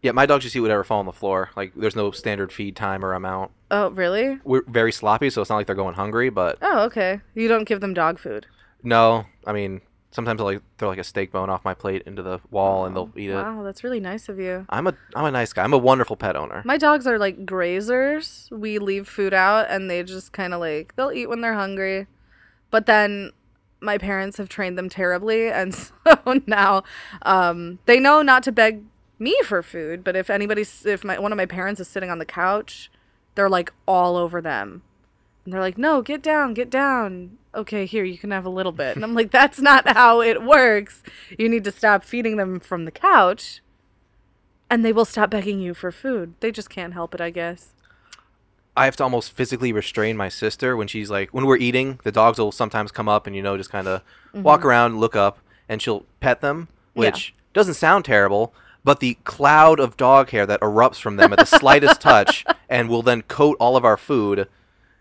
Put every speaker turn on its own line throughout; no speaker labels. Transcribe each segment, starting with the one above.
Yeah, my dogs just eat whatever fall on the floor. Like there's no standard feed time or amount.
Oh, really?
We're very sloppy, so it's not like they're going hungry. But
Oh, okay. You don't give them dog food.
no, I mean sometimes I'll like throw like a steak bone off my plate into the wall and they'll eat it.
Wow, that's really nice of you.
I'm a I'm a nice guy. I'm a wonderful pet owner.
My dogs are like grazers. We leave food out and they just kind of like, they'll eat when they're hungry. But then my parents have trained them terribly. And so now um, they know not to beg me for food. But if anybody's, if my, one of my parents is sitting on the couch, they're like all over them. And they're like, no, get down, get down. Okay, here, you can have a little bit. And I'm like, that's not how it works. You need to stop feeding them from the couch and they will stop begging you for food. They just can't help it, I guess.
I have to almost physically restrain my sister when she's like when we're eating. The dogs will sometimes come up and you know just kind of walk
Mm-hmm.
around, look up, and she'll pet them, which doesn't sound terrible. But the cloud of dog hair that erupts from them at the slightest touch and will then coat all of our food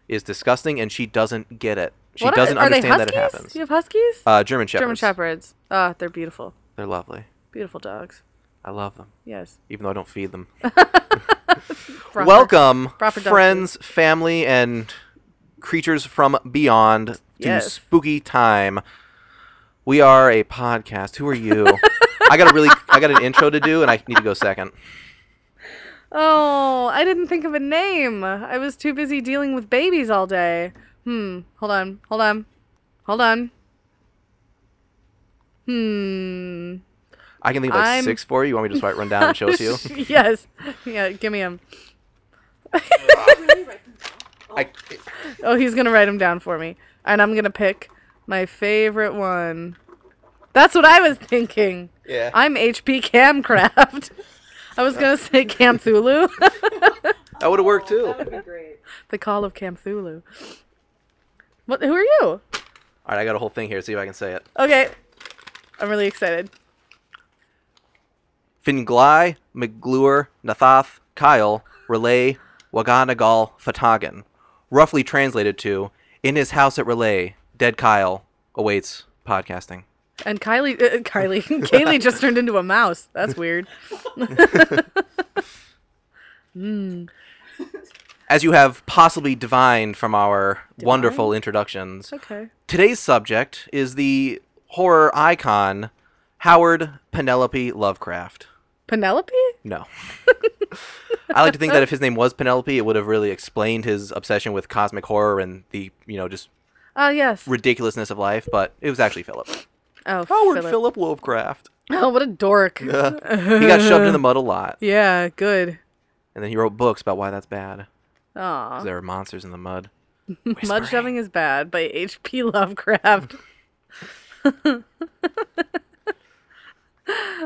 is disgusting, and she doesn't get it. She
What
doesn't
are, are they
understand that it
Huskies?
happens.
You have huskies?
Uh, German shepherds.
German shepherds. Ah, they're beautiful,
They're lovely.
beautiful dogs.
I love them,
Yes.
even though I don't feed them.
Proper.
Welcome,
proper dog
friends, family, and creatures from beyond to
Yes.
spooky time. We are a podcast. Who are you? I got a really, I got an intro to do, and I need to go second.
Oh, I didn't think of a name. I was too busy dealing with babies all day. Hmm. Hold on. Hold on. Hold on. Hmm.
I can think of like
I'm-
six for you. You want me to just write, run down and show it to you?
yes. Yeah. Give me him.
I,
Oh, he's gonna write them down for me, and I'm gonna pick my favorite one. That's what I was thinking.
yeah.
I'm HP Camcraft. I was gonna say Camthulu,
that would have worked too. All
That would be great.
the call of Camthulu. What? Who are you?
right, I got a whole thing here. See if I can say it.
Okay, I'm really excited.
Fingly, McGlure, Nathath, Kyle, Relay, Waganagal, Fatagan. Roughly translated to, in his house at Relay, dead Kyle awaits podcasting.
And Kylie, uh, Kylie, Kaylee just turned into a mouse. That's weird.
As you have possibly divined from our wonderful introductions,
Okay.
today's subject is the horror icon Howard Penelope Lovecraft.
Penelope?
No. I like to think that if his name was Penelope, it would have really explained his obsession with cosmic horror and the, you know, just
Ah, yes.
ridiculousness of life, but it was actually Philip.
Oh,
Howard
Philip.
Philip Lovecraft.
Oh, what a dork.
He got shoved in the mud a lot,
Yeah. Good.
and then he wrote books about why that's bad. 'cause
Aw.
There are monsters in the mud.
Mud
Whispering.
Shoving is Bad by H.P. Lovecraft.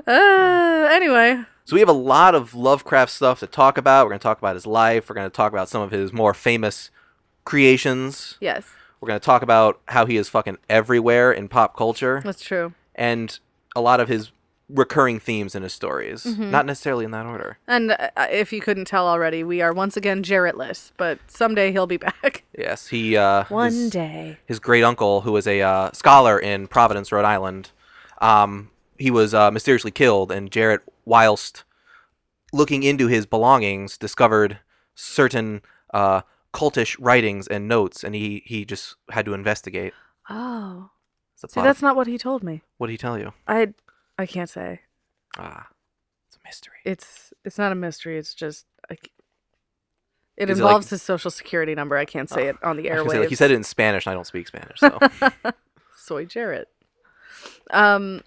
uh, anyway,
So we have a lot of Lovecraft stuff to talk about. We're going to talk about his life. We're going to talk about some of his more famous creations.
yes,
We're going to talk about how he is fucking everywhere in pop culture
that's true.
and a lot of his recurring themes in his stories.
Mm-hmm.
Not necessarily in that order.
And uh, if you couldn't tell already, we are once again Jarrettless, but someday he'll be back.
Yes, he uh his-
day.
his great uncle, who was a uh, scholar in Providence, Rhode Island, um, he was uh, mysteriously killed, and Jarrett, whilst looking into his belongings, discovered certain uh, cultish writings and notes, and he, he just had to investigate.
Oh,
It's the
see,
plot
that's
of-
not what he told me.
what did he tell you?
I, I can't say.
Ah, it's a mystery.
It's it's not a mystery. It's just. I c it
Is it like-
involves his social security number. I can't say it on the
I was
airwaves.
gonna say, like, he said it in Spanish, and I don't speak Spanish, so
Soy Jarrett. Um,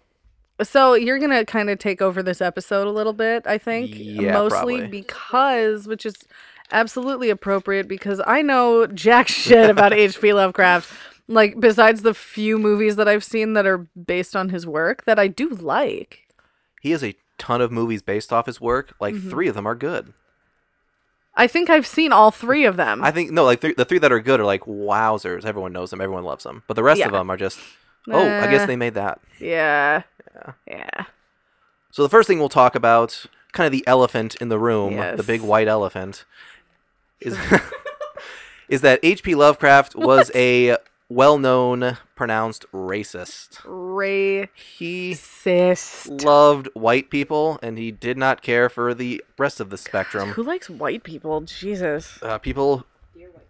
so you're gonna kind of take over this episode a little bit, I think,
Yeah,
mostly
probably.
because, which is absolutely appropriate because I know jack shit about H.P. Lovecraft. Like besides the few movies that I've seen that are based on his work that I do like.
he has a ton of movies based off his work. Like
Mm-hmm.
three of them are good.
I think I've seen all three of them.
I think no, like th- the three that are good are like wowzers. Everyone knows them. Everyone loves them. But the rest
Yeah.
of them are just oh, I guess
Nah.
they made that.
Uh, yeah. Yeah.
So the first thing we'll talk about, kind of the elephant in the room, the
Yes.
big white elephant, is is that H.P. Lovecraft was a well-known pronounced racist. He
Racist.
loved white people, and he did not care for the rest of the spectrum.
Who likes white people? Jesus.
Uh, people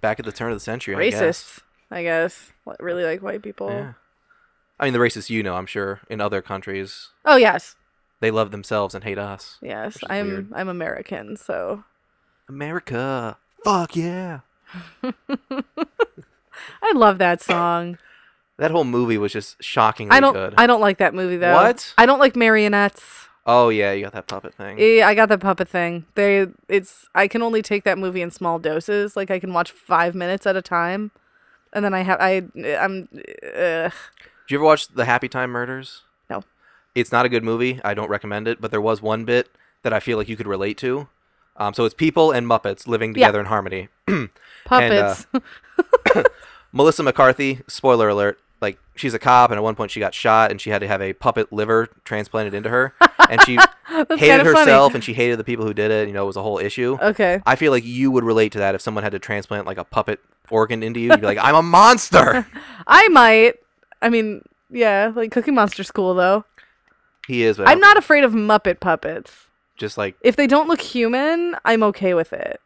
back at the turn of the century, I guess.
Racists, I guess. What, really like white people.
Yeah. I mean, the racists you know, I'm sure, in other countries,
Oh yes,
they love themselves and hate us.
yes.
Which is
I'm
weird.
I'm American, so
America, fuck yeah!
I love that song.
That whole movie was just shockingly
I don't
good.
I don't like that movie though.
What?
I don't like marionettes.
Oh yeah, you got that puppet thing.
Eh, I got the puppet thing. They it's I can only take that movie in small doses. Like I can watch 5 minutes at a time. And then I have I I'm uh,
Did you ever watch The Happy Time Murders?
No.
It's not a good movie. I don't recommend it, but there was one bit that I feel like you could relate to. Um, so it's people and Muppets living
Yeah.
together in harmony.
puppets.
Melissa McCarthy, spoiler alert, like she's a cop and at one point she got shot and she had to have a puppet liver transplanted into her and she
That's
hated
kinda funny. Uh,
herself and she hated the people who did it, you know, it was a whole issue.
Okay.
I feel like you would relate to that if someone had to transplant like a puppet organ into you. You'd be like, I'm a monster.
I might. I mean, yeah, like Cookie Monster School though.
He is, but I
I'm
don't-
not afraid of Muppet puppets.
just like
if they don't look human, I'm okay with it.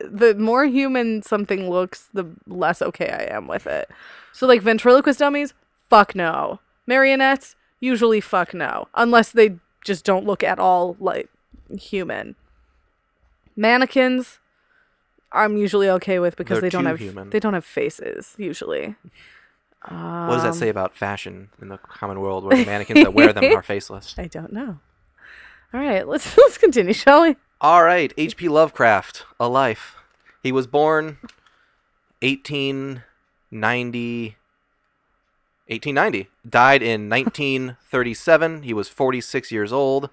The more human something looks, the less okay I am with it. So like ventriloquist dummies, fuck no. Marionettes, usually fuck no, unless they just don't look at all like human. Mannequins, I'm usually okay with because
They're
they don't
too
have
human.
they don't have faces usually. Um,
What does that say about fashion in the common world where the mannequins that wear them are faceless?
I don't know. All right, let's let's continue, shall we?
All right, H.P. Lovecraft, A Life. He was born 1890. 1890. Died in 1937. He was 46 years old.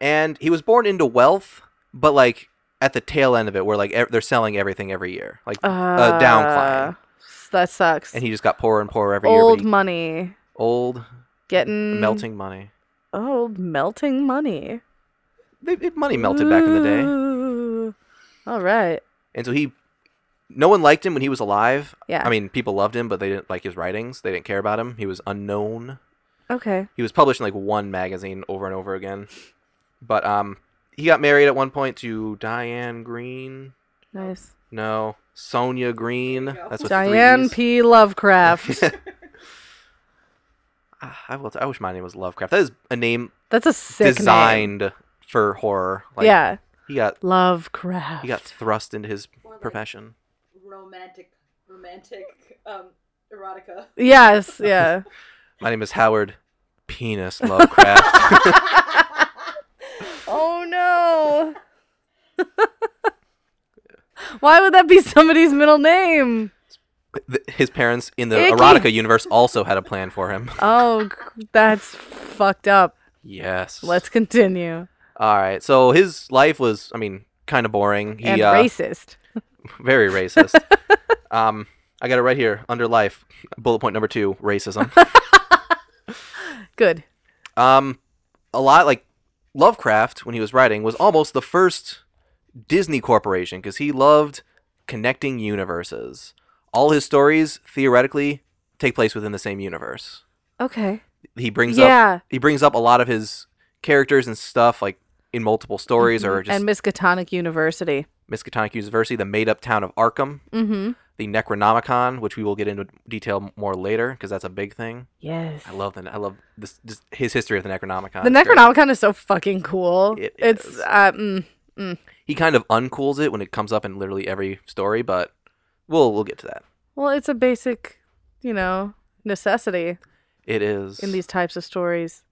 And he was born into wealth, but like at the tail end of it, where like e- they're selling everything every year. Like,
uh,
downcline.
s- That sucks.
and he just got poorer and poorer every
old
year. but
Mm.
he-
money
old,
getting
melting money.
Old melting money.
They, it- money melted back in the day.
Ooh. All right.
And so he, no one liked him when he was alive.
Yeah.
I mean, people loved him, but they didn't like his writings. They didn't care about him. He was unknown.
okay.
He was published in like one magazine over and over again. But um, he got married at one point to Diane Green.
Nice.
No, Sonia Green. That's what
Diane P. Lovecraft.
Ah, I will. T- I wish my name was Lovecraft. That is a name
That's a sick name.
designed for horror. Like,
yeah.
He got
Lovecraft.
he got thrust into his
Or, like,
profession.
romantic, romantic, um, erotica.
yes. Yeah.
My name is Howard Penis Lovecraft.
oh no. Why would that be somebody's middle name?
Th- his parents in the
Icky.
erotica universe also had a plan for him.
Oh, g- that's fucked up.
Yes.
Let's continue.
All right. So his life was, I mean, kind of boring. He
and
uh,
racist.
very racist. um, I got it right here under life, bullet point number two: racism.
Good.
um, a lot like Lovecraft when he was writing was almost the first Disney corporation because he loved connecting universes. All his stories theoretically take place within the same universe.
Okay.
He brings up
yeah.
he brings up a lot of his characters and stuff like in multiple stories or just
Mm-hmm. and Miskatonic University.
Miskatonic University, the made up town of Arkham,
Mm-hmm.
the Necronomicon, which we will get into detail more later because that's a big thing.
Yes.
I love the I love this, this his history of the Necronomicon.
the
It's great.
Necronomicon is so fucking cool.
It
it's
is.
uh, mm,
He kind of uncools it when it comes up in literally every story, but we'll we'll get to that.
well, it's a basic, you know, necessity
It is
in these types of stories.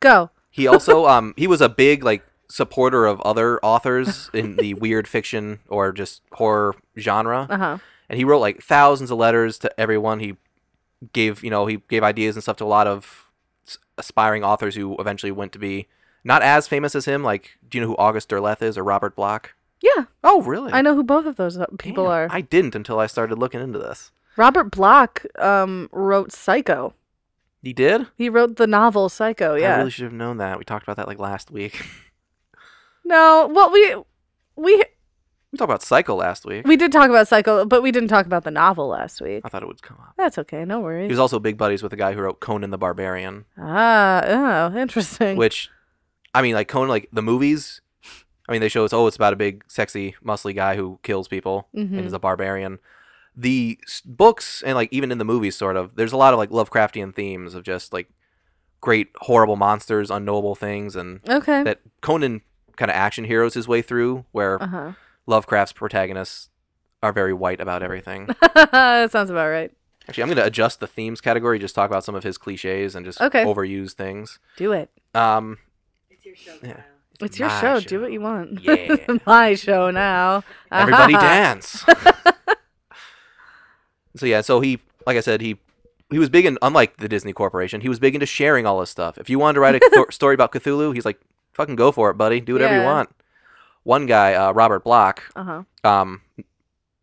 Go.
He also um he was a big like supporter of other authors in the weird fiction or just horror genre.
Uh huh.
and he wrote like thousands of letters to everyone. He gave you know he gave ideas and stuff to a lot of s- aspiring authors who eventually went to be not as famous as him. Like, do you know who August Derleth is or Robert Block?
Yeah,
Oh, really?
I know who both of those uh,
Damn,
people are.
I didn't until I started looking into this.
Robert Block um, wrote Psycho.
He did?
He wrote the novel Psycho. Oh, Yeah.
I really should have known that. We talked about that like last week.
No, what we we
We talked about Psycho last week.
We did talk about Psycho, but we didn't talk about the novel last week.
I thought it would come up.
That's okay. No worries.
He was also big buddies with the guy who wrote Conan the Barbarian,
ah, oh, interesting.
which, I mean, like Conan, like the movies. I mean, they show us oh, it's about a big, sexy, muscly guy who kills people and
Mhm.
is a barbarian. The s- books and like even in the movies, sort of, there's a lot of like Lovecraftian themes of just like great, horrible monsters, unknowable things, and
okay.
that Conan kind of action heroes his way through, where
Uh huh.
Lovecraft's protagonists are very white about everything.
that sounds about right.
Actually, I'm going to adjust the themes category, just talk about some of his cliches and just
Okay.
overuse things.
Do it.
Um,
It's your show,
Yeah.
Kyle.
It's your
my
show. Do what you want.
Yeah.
My show now. Uh-huh.
Everybody
Ahaha.
dance. so yeah, so he, like I said, he he was big in unlike the Disney Corporation, he was big into sharing all his stuff. If you wanted to write a thor- story about Cthulhu, he's like, fucking go for it, buddy. Do whatever you
Yeah.
want. One guy, uh, Robert Block,
Uh-huh.
um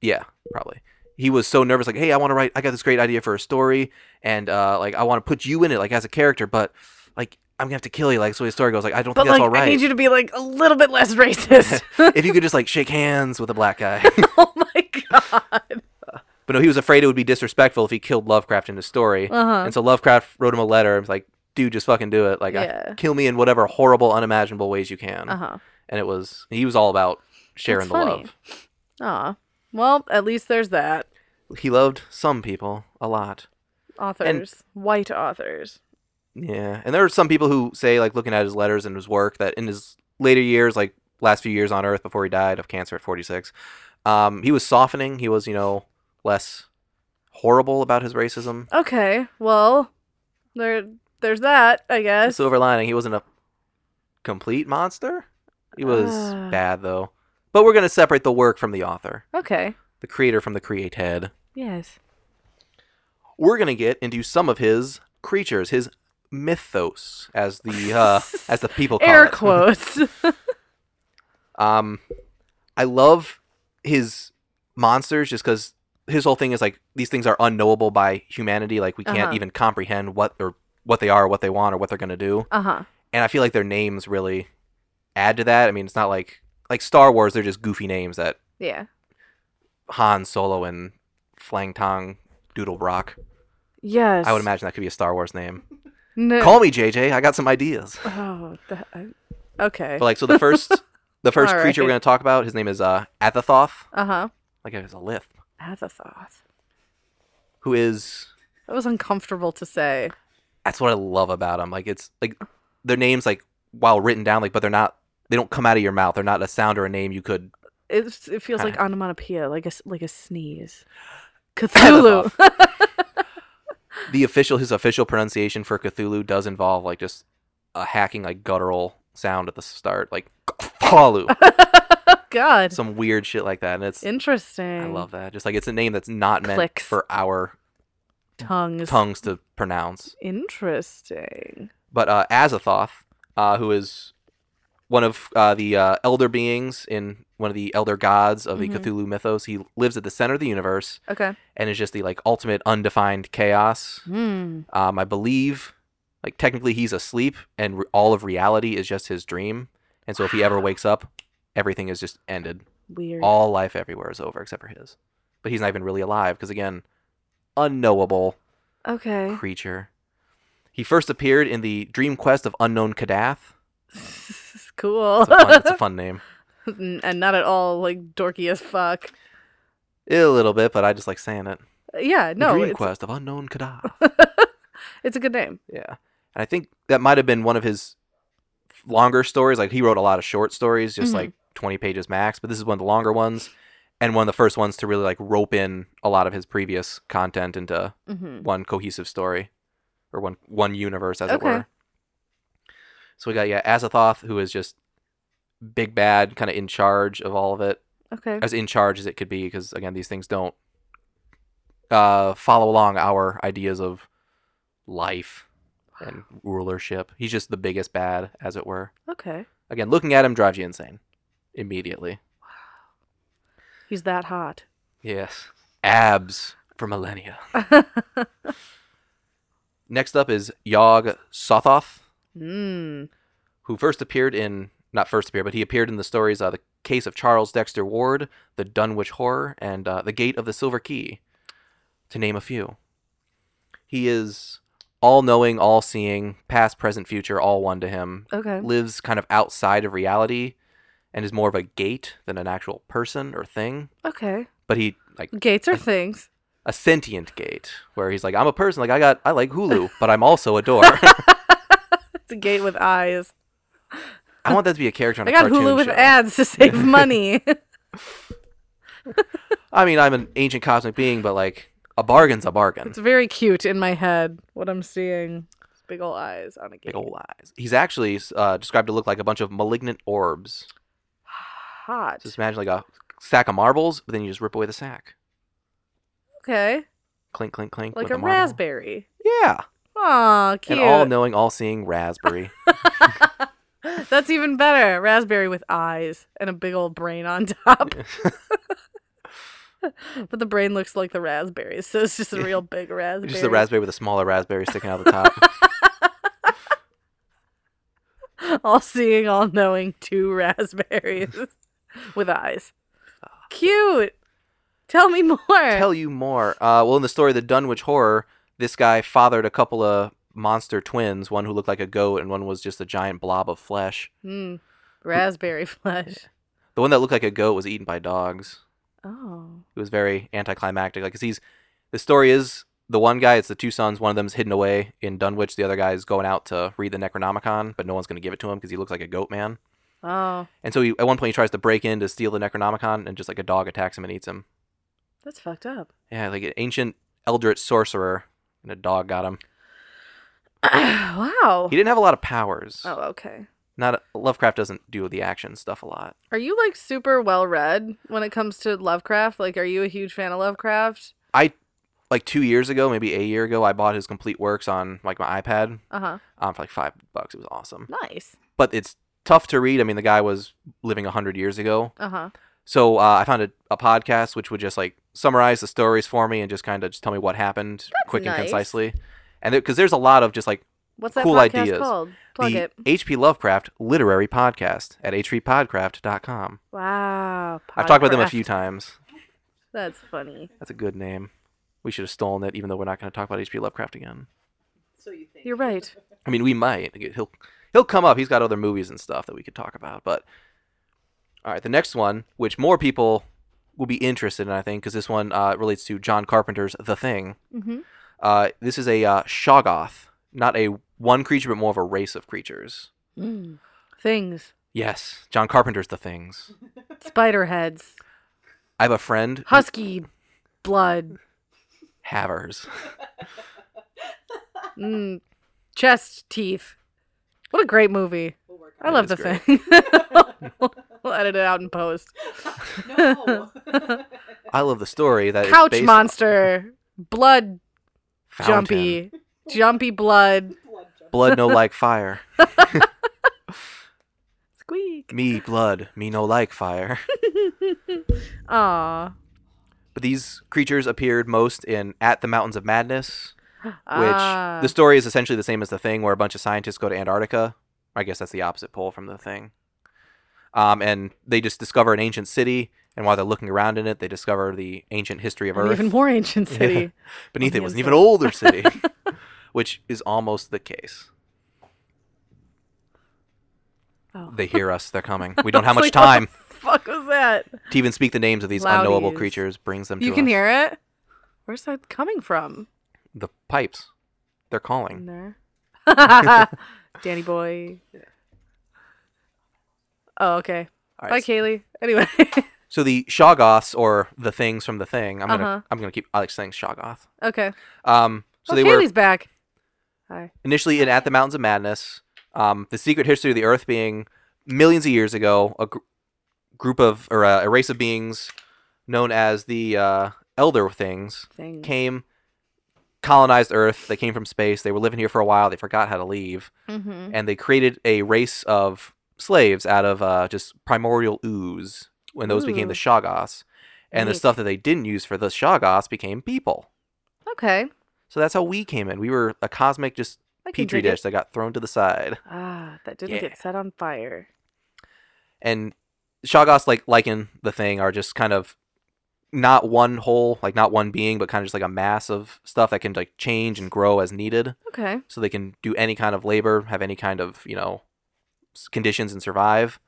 yeah probably he was so nervous like hey i want to write i got this great idea for a story and uh like i want to put you in it like as a character but like i'm gonna have to kill you like so his story goes like i don't
But
think that's
like,
all right
I need you to be like a little bit less racist.
if you could just like shake hands with a black guy
oh my god.
but no he was afraid it would be disrespectful if he killed lovecraft in his story
Uh huh.
and so lovecraft wrote him a letter and was like dude just fucking do it like I-
Yeah.
kill me in whatever horrible unimaginable ways you can
Uh huh.
and it was he was all about sharing
Uh-huh.
the
That's funny.
love
Aw. Well, at least there's that.
he loved some people a lot
Authors, white authors.
Yeah, and there are some people who say, like, looking at his letters and his work, that in his later years, like last few years on Earth before he died of cancer at 46, um, he was softening. He was, you know, less horrible about his racism.
Okay. Well, there, there's that. I
The
guess.
silver lining, he wasn't a complete monster. He was
Ah.
bad though. But we're gonna separate the work from the author,
okay.
the creator from the created.
Yes.
We're gonna get into some of his creatures, his mythos, as the uh, as the people call
Air
it.
quotes.
Um, I love his monsters just because his whole thing is like these things are unknowable by humanity. Like we can't
Uh-huh.
even comprehend what or what they are, what they want, or what they're gonna do.
uh huh.
And I feel like their names really add to that. I mean, it's not like like Star Wars; they're just goofy names that
Yeah.
Han Solo and Flang Tong Doodle Brock.
Yes.
I would imagine that could be a Star Wars name.
No.
Call me JJ. I got some ideas.
oh. That, I- okay.
But like, so the first the first
All
creature we're
right.
gonna talk about, his name is uh, Athathoth.
Uh huh.
Like it is a lith.
As a thought.
Who is
That was uncomfortable to say.
that's what I love about them. Like it's like their names like while written down, like but they're not they don't come out of your mouth. They're not a sound or a name you could.
It, it feels like
Kinda.
onomatopoeia, like a s- like a sneeze. Cthulhu.
The official his official pronunciation for Cthulhu does involve like just a hacking like guttural sound at the start, like Cthulhu,
God,
some weird shit like that, and it's
interesting.
I love that. Just like it's a name that's not meant
Clicks.
for our
tongues.
tongues to pronounce.
Interesting.
But uh, Azathoth, uh, who is one of uh, the uh, elder beings in one of the elder gods of the
Mhm.
Cthulhu mythos, he lives at the center of the universe
Okay.
and is just the like ultimate undefined chaos.
Hmm.
Um, I believe, like technically, he's asleep, and re- all of reality is just his dream. And so, if he ever wakes up, everything is just ended.
Weird.
All life everywhere is over except for his. But he's not even really alive because, again, unknowable
okay.
creature. He first appeared in the Dream Quest of Unknown Kadath.
cool.
It's a fun, it's a fun name.
and not at all like dorky as fuck.
A little bit, but I just like saying it.
Yeah.
The
No.
Dream
it's,
Quest of Unknown Kadath.
it's a good name.
Yeah. And I think that might have been one of his longer stories. Like he wrote a lot of short stories, just
Mhm.
like 20 pages max, but this is one of the longer ones and one of the first ones to really like rope in a lot of his previous content into
hmm
one cohesive story or one one universe as it
Okay.
were. So we got yeah, Azathoth who is just big bad kind of in charge of all of it.
Okay.
As in charge as it could be because again these things don't uh follow along our ideas of life and rulership. He's just the biggest bad, as it were.
Okay.
Again, looking at him drives you insane immediately.
He's that hot.
Yes. Abs for millennia. Next up is Yog Sothoth,
Hmm.
who first appeared in not first appear, but he appeared in the stories uh, The Case of Charles Dexter Ward, The Dunwich Horror, and uh, The Gate of the Silver Key, to name a few. He is all knowing, all seeing, past, present, future, all one to him.
Okay.
Lives kind of outside of reality and is more of a gate than an actual person or thing.
Okay.
But he, like,
Gates are things.
a sentient gate where he's like, I'm a person. Like, I got, I like Hulu, but I'm also a door.
It's a gate with eyes.
I want that to be a character on a
I got
cartoon
Hulu with
show.
ads to save money.
I mean, I'm an ancient cosmic being, but like a bargain's a bargain.
it's very cute in my head what I'm seeing. It's big ol' eyes on a gate.
Big ol' eyes. He's actually uh, described to look like a bunch of malignant orbs.
Hot.
So just imagine like a sack of marbles, but then you just rip away the sack.
Okay.
Clink, clink, clink.
Like
with
a
the marble.
raspberry.
Yeah.
Aw, cute.
An all-knowing, all-seeing raspberry.
That's even better. Raspberry with eyes and a big old brain on top. but the brain looks like the raspberry, so it's just a real big raspberry.
just a raspberry with a smaller raspberry sticking out the top.
all seeing, all knowing, two raspberries with eyes. Cute. Tell me more.
tell you more. Uh, well, in the story of the Dunwich Horror, this guy fathered a couple of monster twins, one who looked like a goat and one was just a giant blob of flesh.
Mm, raspberry flesh.
The one that looked like a goat was eaten by dogs.
Oh.
It was very anticlimactic. Like, 'cause he's the story is the one guy, it's the two sons. One of them's hidden away in Dunwich. The other guy's going out to read the Necronomicon, but no one's going to give it to him because he looks like a goat man.
Oh.
And so he, at one point, he tries to break in to steal the Necronomicon, and just like a dog attacks him and eats him.
That's fucked up.
Yeah, like an ancient eldritch sorcerer, and a dog got him.
wow.
He didn't have a lot of powers.
Oh, okay.
not Lovecraft doesn't do the action stuff a lot.
Are you like super well read when it comes to Lovecraft? Like, are you a huge fan of Lovecraft?
Like two years ago, maybe a year ago, I bought his complete works on like my iPad
Uh huh.
um, for like five bucks. It was awesome,
Nice.
but it's tough to read. I mean, the guy was living a hundred years ago,
Uh huh.
so uh, I found a, a podcast which would just like summarize the stories for me and just kind of just tell me what happened quick
nice.
and concisely. And because there's a lot of just like
What's that
Cool
podcast
ideas.
called? Plug
the
it.
H.P. Lovecraft literary podcast at hppodcraft.com.
Wow.
I've talked about them a
Podcraft.
few times.
That's funny.
That's a good name. We should have stolen it, even though we're not going to talk about H.P. Lovecraft again.
So you think
You're right.
I mean, we might. He'll he'll come up. He's got other movies and stuff that we could talk about. But all right, the next one, which more people will be interested in, I think, because this one uh, relates to John Carpenter's The Thing.
Mm-hmm.
Uh, this is a uh, Shoggoth, not a one creature, but more of a race of creatures.
Hmm. Things.
Yes, John Carpenter's The Things.
Spider heads.
I have a friend, who-
Husky blood.
Havers.
Mm. Chest teeth. What a great movie.
We'll work
I
That
love the
is great.
thing.
on
we'll edit it out in post.
it.
I love the story that it's
Couch
based
monster. Blood
on. Fountain.
jumpy. Jumpy blood.
no. Blood jump.
Blood no like fire.
Squeak.
Me blood, me no like fire.
Aw.
But these creatures appeared most in At the Mountains of Madness, which
Ah.
the story is essentially the same as the thing, where a bunch of scientists go to Antarctica. I guess that's the opposite pole from the thing. Um, and they just discover an ancient city, and while they're looking around in it, they discover the ancient history of
An
Earth.
even more ancient
Yeah.
city.
Beneath it
the
was an
inside.
even older city, which is almost the case.
Oh.
They hear us; they're coming. We don't have
It's
much
like, what
time
the fuck was that?
to even speak the names of these unknowable
Loudies.
creatures. Brings them.
You
to
can
us.
hear it? Where's that coming from?
the pipes. They're calling.
In there. Danny boy. Oh, okay.
All right,
Bye, Kaylee. Anyway.
So the Shoggoths or the things from the thing. I'm gonna
Uh-huh.
I'm gonna keep I like saying Shoggoth.
okay.
Um, so
oh,
they
Kaylee's
were
back. Hi.
initially in At the Mountains of Madness. Um, the secret history of the Earth being millions of years ago, a gr- group of or uh, a race of beings known as the uh, Elder Things
Thing.
came, colonized Earth. They came from space. They were living here for a while. They forgot how to leave,
Mm-hmm.
and they created a race of slaves out of uh, just primordial ooze. When those became
Ooh.
the Shoggoths. And the
Neat.
stuff that they didn't use for the Shoggoths became people.
Okay.
So that's how we came in. We were a cosmic just
I can
petri
dig it.
dish that got thrown to the side.
Ah, that didn't
Yeah.
get set on fire.
and Shagos like Lycan the thing are just kind of not one whole, like not one being, but kind of just like a mass of stuff that can like change and grow as needed.
Okay.
So they can do any kind of labor, have any kind of you know s- conditions and survive.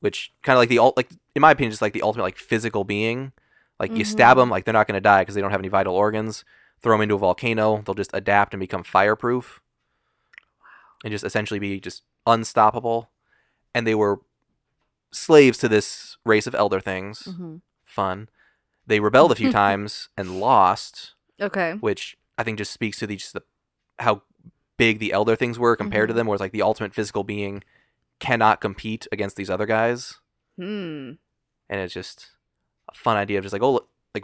Which kind of like the ult, like in my opinion, just like the ultimate like physical being. Like you stab them, like they're not going to die because they don't have any vital organs. Throw them into a volcano, they'll just adapt and become fireproof, and just essentially be just unstoppable. And they were slaves to this race of elder things.
Mhm.
Fun. They rebelled a few times and lost
Okay.
which I think just speaks to the just the how big the elder things were compared to them. Whereas like the ultimate physical being cannot compete against these other guys,
Hmm.
and it's just a fun idea of just like oh look, like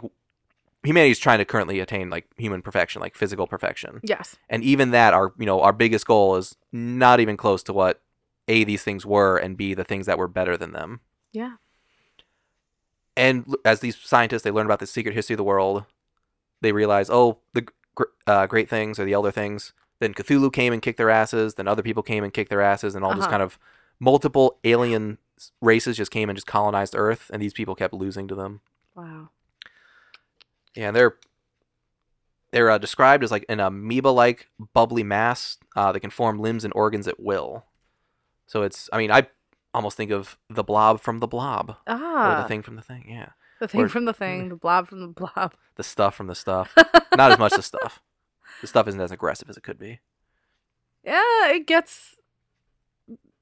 humanity's trying to currently attain like human perfection, like physical perfection,
Yes.
and even that our you know our biggest goal is not even close to what a these things were and b the things that were better than them.
Yeah.
And l- as these scientists, they learn about the secret history of the world. They realize, oh, the gr- uh, great things or the elder things. Then Cthulhu came and kicked their asses. Then other people came and kicked their asses, and all just
Uh-huh.
kind of multiple alien s- races just came and just colonized Earth, and these people kept losing to them.
Wow.
Yeah, and they're they're uh, described as like an amoeba-like bubbly mass uh, that can form limbs and organs at will. So it's, I mean, I almost think of the blob from the blob
Ah.
or the thing from the thing. Yeah,
The thing
or-
from the thing, the blob from the blob.
the stuff from the stuff. not as much the stuff. The stuff isn't as aggressive as it could be.
yeah, it gets.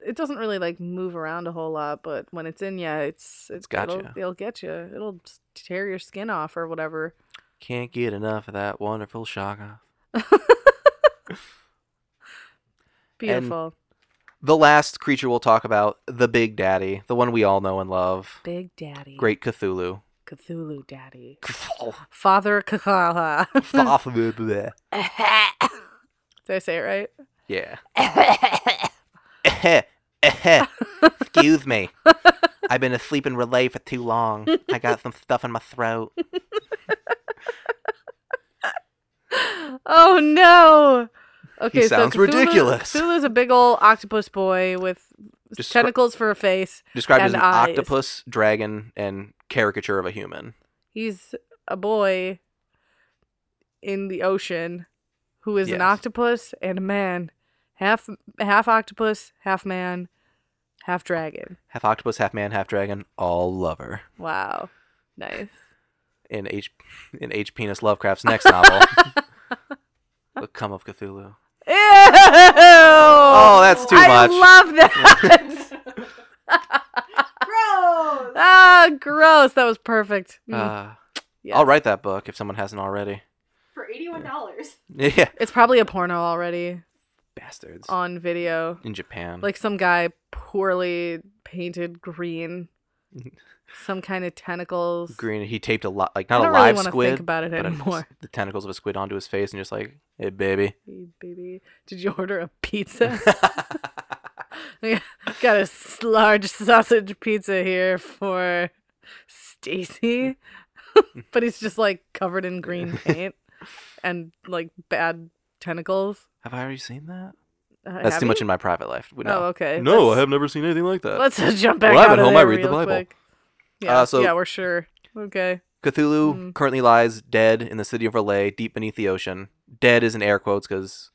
It doesn't really like move around a whole lot, but when it's in you, it's it's
got
it'll,
ya.
It'll get you. It'll s- tear your skin off or whatever.
Can't get enough of that wonderful shaka.
Beautiful,
The last creature we'll talk about, the Big Daddy, the one we all know and love,
big daddy,
Great Cthulhu.
Cthulhu daddy,
Cthulhu.
Father Kakala. Did I say it right?
yeah. Excuse me. I've been asleep in relay for too long. I got some stuff in my throat.
oh no. Okay,
sounds
so Cthulhu,
ridiculous.
Cthulhu's a big old octopus boy with
Descri-
tentacles for a face.
Described as
And
an
eyes.
octopus, dragon, and caricature of a human.
He's a boy in the ocean who is an
Yes.
octopus and a man, half half octopus, half man, half dragon.
Half octopus, half man, half dragon, all lover.
Wow, nice.
in H in H. Penis Lovecraft's next novel, The Come of Cthulhu.
Ew!
Oh,
Oh,
that's too
I
much.
love that.
Gross.
ah, gross. That was perfect. Mm,
Uh,
yes.
I'll write that book if someone hasn't already.
For eighty-one dollars.
Yeah,
It's probably a porno already
bastards
on video.
in Japan.
Like some guy poorly painted green, some kind of tentacles.
green. He taped a lot, like
I
not a
don't
live
really want to
squid,
think about it
but a-
anymore.
the tentacles of a squid onto his face, and just like, hey, baby.
Hey, baby, did you order a pizza? Got a s- large sausage pizza here for Stacy, but he's just like covered in green paint and like bad tentacles.
Have I already seen that?
Uh,
That's
have
too much
you?
in my private life. We-
Oh,
No,
okay.
no, I
Let's-
have never seen anything like that.
Let's just jump back
Well, I'm
out
at
of
home, I
there
read the
real
Bible. Uh,
quick. Yeah,
so-
yeah, we're sure. Okay.
Cthulhu
Mm.
currently lies dead in the city of Relay, deep beneath the ocean. Dead is in air quotes because,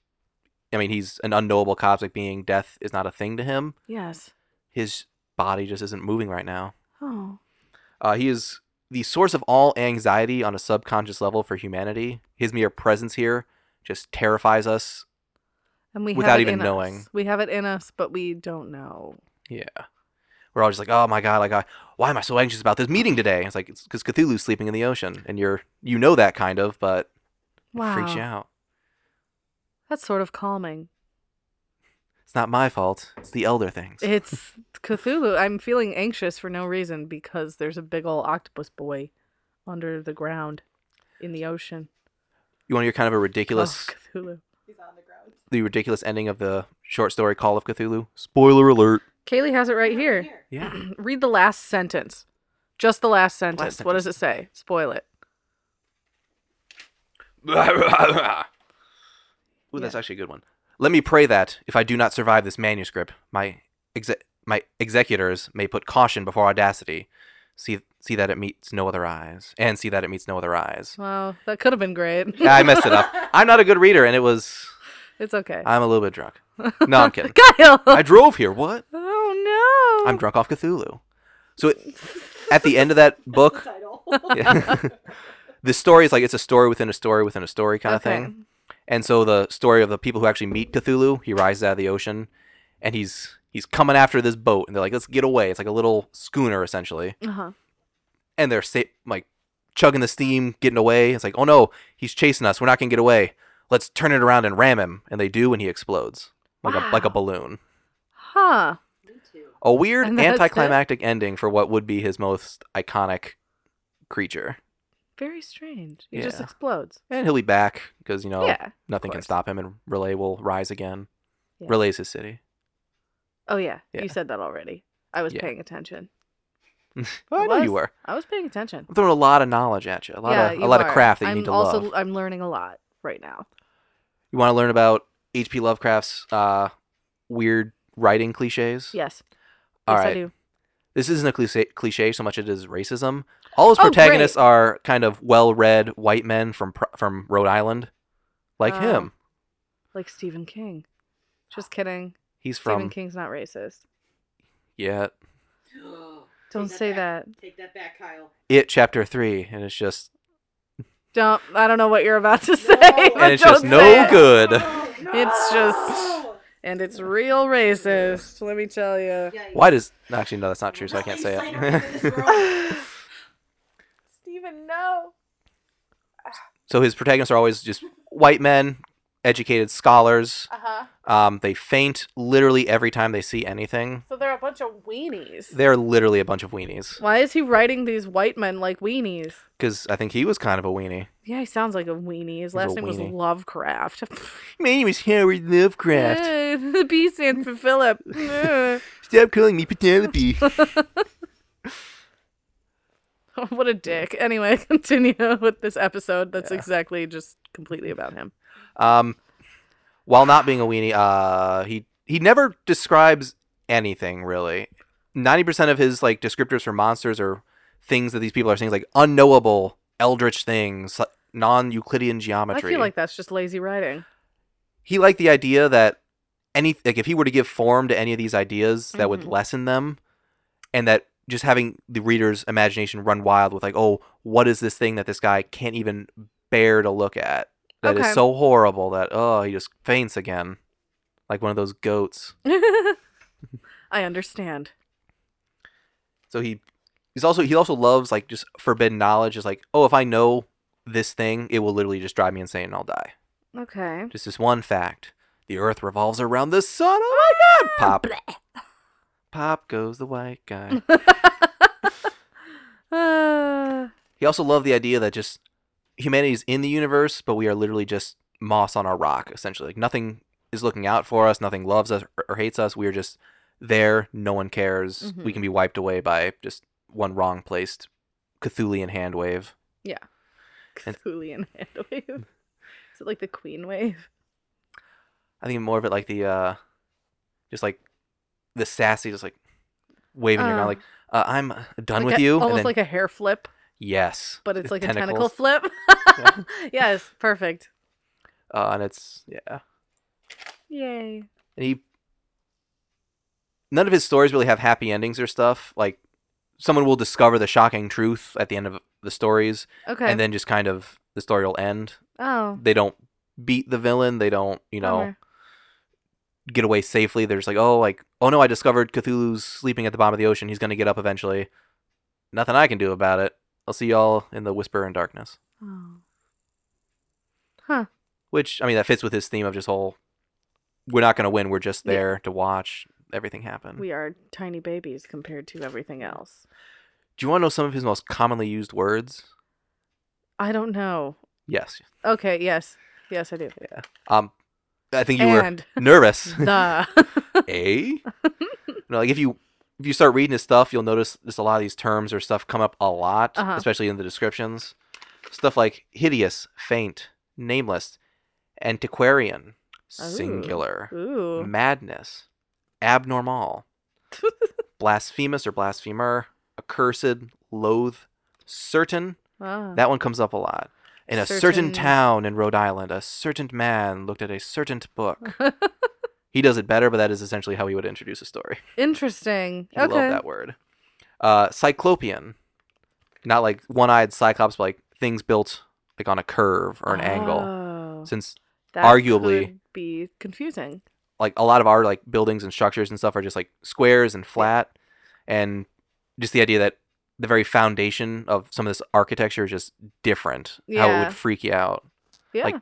I mean, he's an unknowable cosmic being. Death is not a thing to him.
Yes.
His body just isn't moving right now.
Oh.
Uh, he is the source of all anxiety on a subconscious level for humanity. His mere presence here just terrifies us.
And we
Without
have it
even
in us.
knowing.
we have it in us, but we don't know.
Yeah. We're all just like, oh my god, like, I, why am I so anxious about this meeting today? It's like, it's because Cthulhu's sleeping in the ocean, and you're, you know that kind of, but
Wow.
it freaks you out.
That's sort of calming.
It's not my fault. It's the elder things.
It's Cthulhu. I'm feeling anxious for no reason because there's a big old octopus boy under the ground in the ocean.
You want to hear kind of a
Oh,
ridiculous,
Cthulhu.
He's on the ground.
the ridiculous ending of the short story Call of Cthulhu? Spoiler alert.
Kaylee has it right here.
Yeah.
Read the last sentence. Just the last sentence. What
sentence.
does it say? Spoil it.
Ooh, that's
Yeah.
actually a good one. Let me pray that if I do not survive this manuscript, my exa- my executors may put caution before audacity. See see that it meets no other eyes, and see that it meets no other eyes.
Wow, that could have been great.
Yeah, I messed it up. I'm not a good reader, and it was.
It's okay.
I'm a little bit drunk. No, I'm kidding.
Kyle.
I drove here. What?
oh no.
I'm drunk off Cthulhu. So it, at the end of that book,
title.
Yeah. the story is like it's a story within a story within a story kind of thing. And so the story of the people who actually meet Cthulhu, he rises out of the ocean, and he's he's coming after this boat, and they're like, "Let's get away." It's like a little schooner essentially,
Uh huh.
and they're sa- like chugging the steam, getting away. It's like, "Oh no, he's chasing us. We're not gonna get away. Let's turn it around and ram him." And they do, and he explodes like a like a
Wow.
balloon.
Huh.
Me too.
A weird
And that's it?
anticlimactic ending for what would be his most iconic creature.
Very strange. He just
Yeah. Oh.
explodes.
And he'll be back because you know
yeah.
nothing can
course.
stop him, and Relay will rise again.
Yeah.
Relay's his city.
Oh yeah. You
Yeah.
said that already. I was
Yeah.
paying attention.
Oh, I
It
know
was?
you were.
I was paying attention.
I'm throwing a lot of knowledge at you. A lot
yeah,
of
you
a lot
are.
of craft that you
I'm
need to
also,
love.
I'm learning a lot right now.
You want to learn about H.P. Lovecraft's uh, weird writing cliches?
Yes.
All
yes, I
right.
do.
This isn't a cliche, cliche so much it is racism. All his
Oh, great.
protagonists are kind of well-read white men from pro- from Rhode Island, like
Oh.
him.
Like Stephen King. Just kidding.
He's
Stephen
from
King's not racist.
yeah,
Don't
Take
say
back.
that.
Take that back, Kyle.
it chapter three, and it's just
Don't. I don't know what you're about to say.
And
but
and it's just
don't
no
say it.
good.
Oh, no.
It's just- And it's real racist. Let me tell you.
Yikes.
Why does actually no? That's not true, so I can't say
Nothing's
it.
later in this world.
Stephen, no.
so his protagonists are always just white men, educated scholars.
Uh huh.
Um, they faint literally every time they see anything.
So they're a bunch of weenies.
They're literally a bunch of weenies.
Why is he writing these white men like weenies?
Because I think he was kind of a weenie.
Yeah, he sounds like a weenie. His
a
last name was
weenie.
Lovecraft.
My name is Howard Lovecraft.
Eh, the B stands for Philip. Eh.
Stop calling me Penelope.
what a dick. Anyway, continue with this episode. That's
Yeah.
exactly just completely about him.
um, while not being a weenie, uh, he he never describes anything really. Ninety percent of his like descriptors for monsters are things that these people are saying like unknowable, eldritch things, like non-Euclidean geometry.
I feel like that's just lazy writing.
he liked the idea that any like if he were to give form to any of these ideas that would
Mhm.
lessen them and that just having the reader's imagination run wild with like oh what is this thing that this guy can't even bear to look at that is
Okay.
so horrible that oh he just faints again like one of those goats
I understand.
so he he's also he also loves like just forbidden knowledge is like oh if i know this thing it will literally just drive me insane and i'll die
Okay.
just this one fact the earth revolves around the sun oh my god pop Pop goes the white guy.
Mm. Uh,
he also loved the idea that just humanity is in the universe, but we are literally just moss on our rock, essentially. Like nothing is looking out for us, nothing loves us or, or hates us. We are just there. No one cares.
Mhm.
We can be wiped away by just one wrong placed Cthulian hand wave. And-
Cthulian hand wave. Is it like the queen wave?
I think more of it like the uh just like the sassy, just like waving your
Uh,
mouth like uh, I'm uh, done
Like
with
a-
you.
Almost
and then,
like a hair flip,
yes,
but it's
the
like a tentacle
tentacles.
flip. yes, perfect.
Uh, and it's yeah.
Yay.
and he none of his stories really have happy endings or stuff like someone will discover the shocking truth at the end of the stories
Okay.
and then just kind of the story will end
oh.
they don't beat the villain they don't you know
bummer.
get away safely they're just like oh like oh no i discovered cthulhu's sleeping at the bottom of the ocean he's going to get up eventually nothing i can do about it i'll see y'all in the whisper and darkness
Oh.
which i mean that fits with his theme of just whole we're not going to win we're just
Yeah.
there to watch everything happen
We are tiny babies compared to everything else.
Do you want to know some of his most commonly used words?
I don't know.
Yes.
Okay, yes. Yes, I do.
Um, I think you
and
were nervous.
the
eh? no, like if you if you start reading his stuff, you'll notice just a lot of these terms or stuff come up a lot,
Uh-huh.
especially in the descriptions. Stuff like hideous, faint, nameless, antiquarian, singular,
Ooh.
madness, abnormal, blasphemous or blasphemer, accursed, loathe, certain.
Wow.
That one comes up a lot. In a certain,
Certain-
town in Rhode Island, a certain man looked at a certain book. he does it better, but that is essentially how he would introduce a story.
Interesting.
I
okay.
love that word. Uh, cyclopean, not like one-eyed cyclops, but like things built like on a curve or an angle.
Oh,
Since
that
arguably-
could be confusing.
like a lot of our like buildings and structures and stuff are just like squares and flat, and just the idea that the very foundation of some of this architecture is just different. How it
Yeah.
would freak you out.
Yeah.
Like,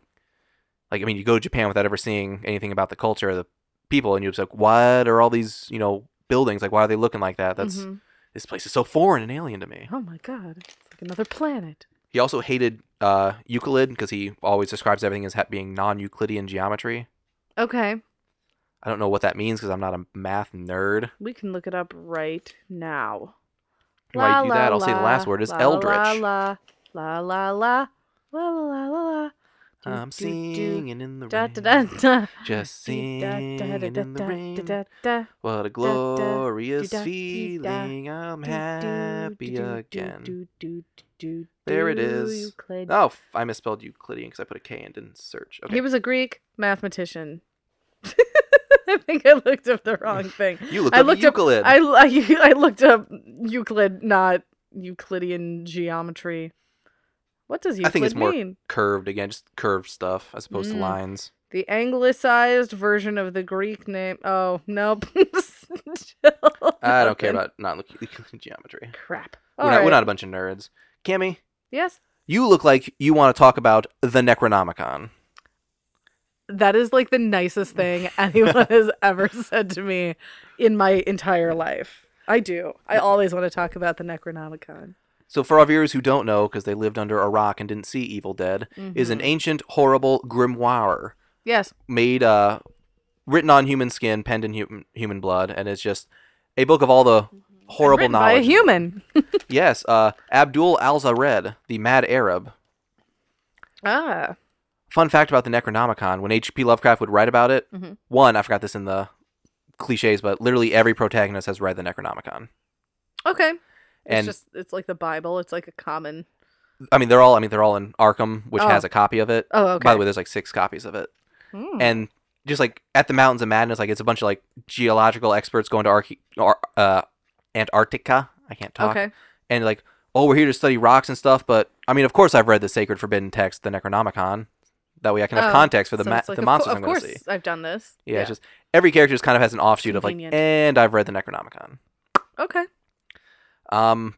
Like I mean, you go to Japan without ever seeing anything about the culture or the people, and you're just like, what are all these you know buildings like? Why are they looking like that? That's
Mhm.
this place is so foreign and alien to me.
Oh my god. It's like another planet.
He also hated uh, Euclid because he always describes everything as ha- being non-Euclidean geometry.
Okay.
I don't know what that means because I'm not a math nerd.
We can look it up right now.
While you do that, I'll say the last word is
la, La
eldritch.
la la la la la la la la. Do,
I'm
do, do,
singing in the
Da,
rain.
da, da, da.
Just
Do, da, da,
singing
da, da,
in the
da, da,
rain.
da, da.
What a
da,
glorious
do, da, dee, da,
feeling. I'm
Do, do,
happy
do, do,
again.
do, do, do, do,
There it
do,
is.
Euclid.
Oh, f- I misspelled Euclidean because I put a K and didn't search. Okay.
He was a Greek mathematician. I think I looked up the wrong thing.
you looked
I
up
looked up-
Euclid.
I, I, I looked up Euclid, not Euclidean geometry. What does Euclid
I think it's more-
mean?
Curved again, just curved stuff as opposed to
Mm.
lines.
The anglicized version of the Greek name. Oh, nope.
I don't care about not looking geometry.
crap.
We're,
All
not, we're
right.
not a bunch of nerds. Cammy,
Yes,
you look like you want to talk about the Necronomicon.
that is like the nicest thing anyone has ever said to me in my entire life. I do. I always want to talk about the Necronomicon.
So, for our viewers who don't know, because they lived under a rock and didn't see Evil Dead, is an ancient, horrible grimoire
Mm-hmm. yes.
made, uh, written on human skin, penned in human human blood, and it's just a book of all the horrible
Mm-hmm. written by a
knowledge.
human.
yes, uh, Abdul Al-Zared, the Mad Arab.
Ah,
Fun fact about the Necronomicon: when H.P. Lovecraft would write about it,
Mhm.
one, I forgot this in the cliches, but literally every protagonist has read the Necronomicon.
okay.
And-
it's just it's like the Bible. It's like a common.
I mean, they're all. I mean, they're all in Arkham, which
Oh.
has a copy of it.
Oh, okay.
By the way, there's like six copies of it.
Hmm.
and just like at the mountains of madness like it's a bunch of like geological experts going to Arche- Ar- uh, antarctica i can't talk
okay.
and like oh we're here to study rocks and stuff but i mean of course i've read the sacred forbidden text the necronomicon that way i can have
Oh,
context for the,
So
ma-
it's like,
the
of cou-
monsters i'm
of
going
course,
to see
I've done this.
yeah, it's just every character just kind of has an offshoot of like
Convenient.
and i've read the necronomicon
okay.
um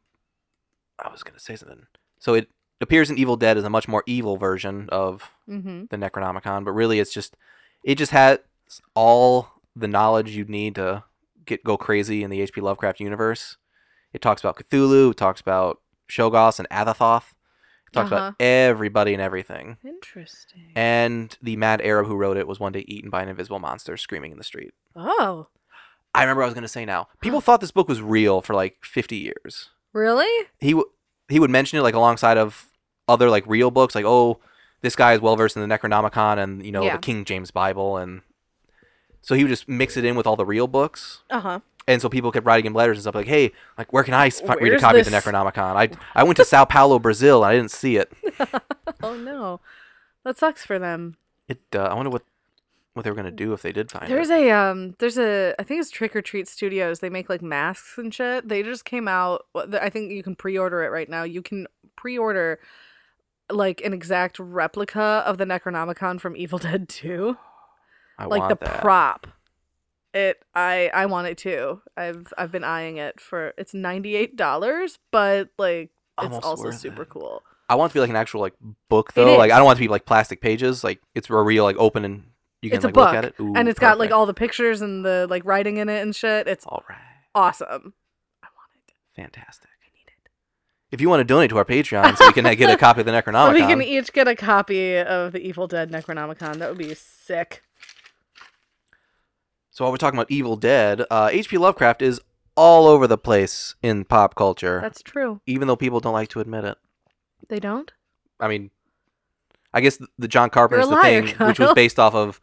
i was going to say something so it appears in evil dead is a much more evil version of
Mm-hmm.
the Necronomicon, but really it's just it just has all the knowledge you'd need to get go crazy in the H.P. Lovecraft universe. It talks about Cthulhu, it talks about Shoggoth and Adathoth, it talks
Uh-huh.
about everybody and everything.
Interesting.
And the mad Arab who wrote it was one day eaten by an invisible monster screaming in the street.
oh,
I remember what I was going to say now. People thought this book was real for like 50 years.
really?
He w- he would mention it like alongside of other like real books like oh this guy is well versed in the Necronomicon and you know
Yeah.
the King James Bible and so he would just mix it in with all the real books
Uh huh.
and so people kept writing him letters and stuff like hey like where can I s- fi- read a
Where's
copy of the
this?
Necronomicon I I went to Sao Paulo Brazil and I didn't see it
Oh no, that sucks for them.
it uh, I wonder what what they were gonna do if they did find
There's
it
a um, there's a I think it's Trick or Treat Studios. They make like masks and shit. They just came out. well, th- I think you can pre-order it right now. You can pre-order like an exact replica of the Necronomicon from Evil Dead Two,
I
like the
want that
prop. It I I want it too. I've I've been eyeing it for it's ninety eight dollars, but like it's
Almost
also
worth
super
it.
cool.
I want it to be like an actual like book
It
though like I
is.
don't want it to be like plastic pages like it's a real like open and you can
It's a
like look
book,
at it Ooh,
and it's got like
perfect.
all the pictures and the like writing in it and shit. It's
all right
awesome. I want it.
fantastic.
I need it.
If you want to donate to our Patreon so you can uh, get a copy of the Necronomicon,
So we can e- each get a copy of the Evil Dead Necronomicon. That would be sick.
So while we're talking about Evil Dead, uh, H.P. Lovecraft is all over the place in pop culture,
That's true.
even though people don't like to admit it.
They don't?
I mean, I guess th- the John Carpenter's
You're
the
a liar,
thing, which was
Kyle.
based off of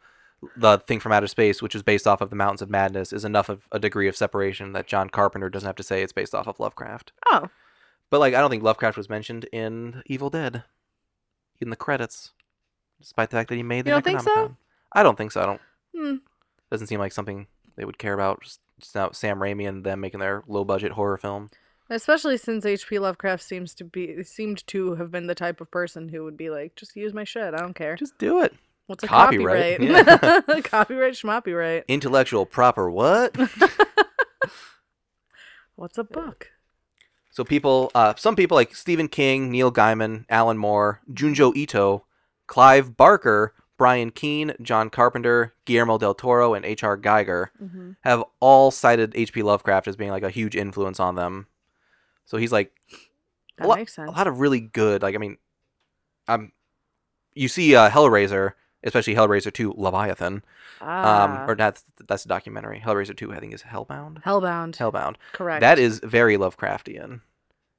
the thing from outer space, which is based off of the Mountains of Madness, is enough of a degree of separation that John Carpenter doesn't have to say it's based off of Lovecraft.
Oh,
But like, I don't think Lovecraft was mentioned in Evil Dead, in the credits, despite the fact that he made the
You don't think so?
Necronomicon. I don't think so. I don't.
hmm.
Doesn't seem like something they would care about. Just, just now Sam Raimi and them making their low budget horror film.
especially since H.P. Lovecraft seems to be seemed to have been the type of person who would be like, just use my shit. I don't care.
Just do it.
What's a
Copyright,
copyright?
yeah.
copyright, schmoppyright.
Intellectual proper what?
What's a book?
So people, uh, some people like Stephen King, Neil Gaiman, Alan Moore, Junjo Ito, Clive Barker, Brian Keene, John Carpenter, Guillermo del Toro, and H.R. Geiger
hmm
have all cited H.P. Lovecraft as being like a huge influence on them. So he's like
That
Well,
makes sense.
a lot of really good. Like I mean, um, you see uh, Hellraiser, especially Hellraiser Two, Leviathan.
ah,
Um, or that's that's a documentary. Hellraiser Two, I think, is Hellbound.
Hellbound.
Hellbound.
Correct.
That is very Lovecraftian.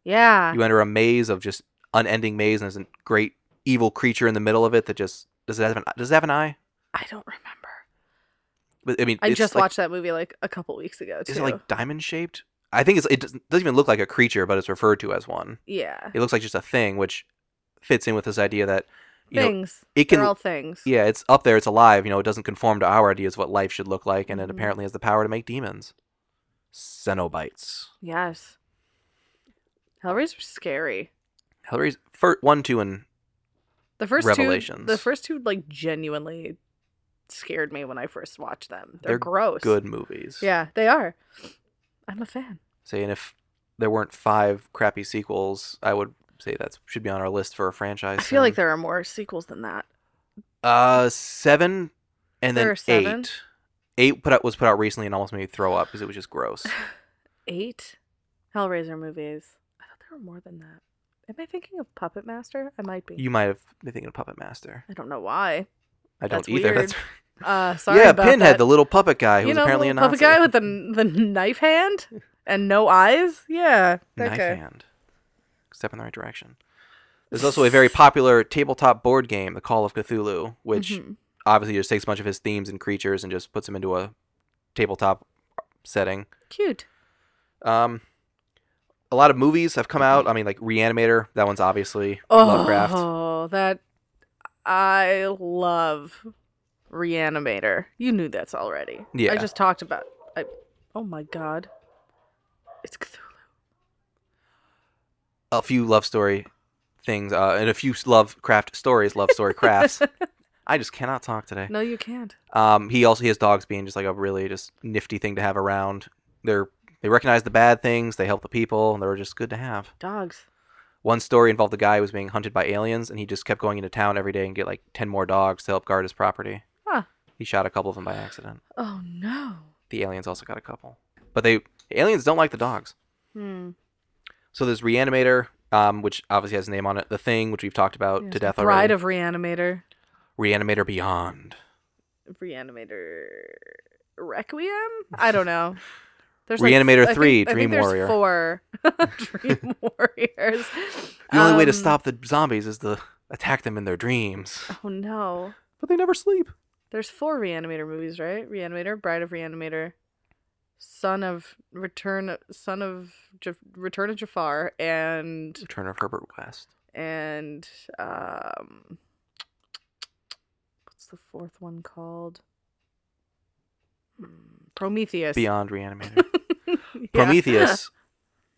yeah.
you enter a maze of just unending maze, and there's a great evil creature in the middle of it that just does it have an does it have an eye?
I don't remember.
But, I mean,
I
it's
just
like,
watched that movie like a couple weeks ago too.
Is it like diamond shaped? I think it's it doesn't, doesn't even look like a creature, but it's referred to as one.
yeah,
It looks like just a thing, which fits in with this idea that you know
things.
it
They're
can
all things.
yeah it's up there, it's alive. You know, it doesn't conform to our ideas of what life should look like, and
Mhm.
it apparently has the power to make demons, Cenobites.
Yes. Hellraiser's scary.
Hellraiser fir- one, two, and
The first two, the
Revelations.
first two, like genuinely scared me when I first watched them. They're,
They're
gross.
good movies.
Yeah, they are. I'm a fan.
Saying if there weren't five crappy sequels, I would say that should be on our list for a franchise.
I feel like
soon.
there are more sequels than that.
uh seven, and
There
then
are seven?
eight. Eight put out was put out recently and almost made me throw up because it was just gross.
Eight Hellraiser movies. I thought there were more than that. Am I thinking of Puppet Master? I might be.
you might have been thinking of Puppet Master.
I don't know why.
I don't
That's
either.
weird.
That's
Uh, sorry
yeah,
about
Pinhead,
that.
the little puppet guy who
you
was
know,
apparently a
the little
Nazi.
puppet guy with the the knife hand and no eyes. Yeah, that
knife
guy.
hand. Step in the right direction. There's also a very popular tabletop board game, The Call of Cthulhu, which
Mhm.
obviously just takes a bunch of his themes and creatures and just puts them into a tabletop setting.
cute.
Um, a lot of movies have come out. I mean, like Reanimator. That one's obviously
Oh,
Lovecraft.
that I love Reanimator. You knew that's already.
Yeah.
I just talked about. I, oh my god, it's Cthulhu.
A few love story things, uh, and a few Lovecraft stories. Love story crafts. I just cannot talk today.
No, you can't.
Um, he also he has dogs being just like a really just nifty thing to have around. They're they recognize the bad things. They help the people, and they're just good to have.
Dogs.
One story involved a guy who was being hunted by aliens, and he just kept going into town every day and get like ten more dogs to help guard his property.
Huh.
He shot a couple of them by accident.
Oh no.
The aliens also got a couple, but they the aliens don't like the dogs.
Hmm.
So there's Reanimator, um, which obviously has a name on it. The Thing, which we've talked about
Yes,
Oh, to death
Bride
already.
of Reanimator.
Reanimator Beyond.
Reanimator Requiem? I don't know. There's
Reanimator
I
3,
I
Dream
there's
Warrior.
Four Dream Warriors.
The only way to
Um,
stop the zombies is to attack them in their dreams,
Oh no.
but they never sleep.
There's four Reanimator movies, right? Reanimator, Bride of Reanimator, Son of Return, Son of Jaf- Return of Jafar, and
Return of Herbert West.
and um, what's the fourth one called? Hmm, Prometheus.
Beyond Reanimator.
Yeah.
Prometheus,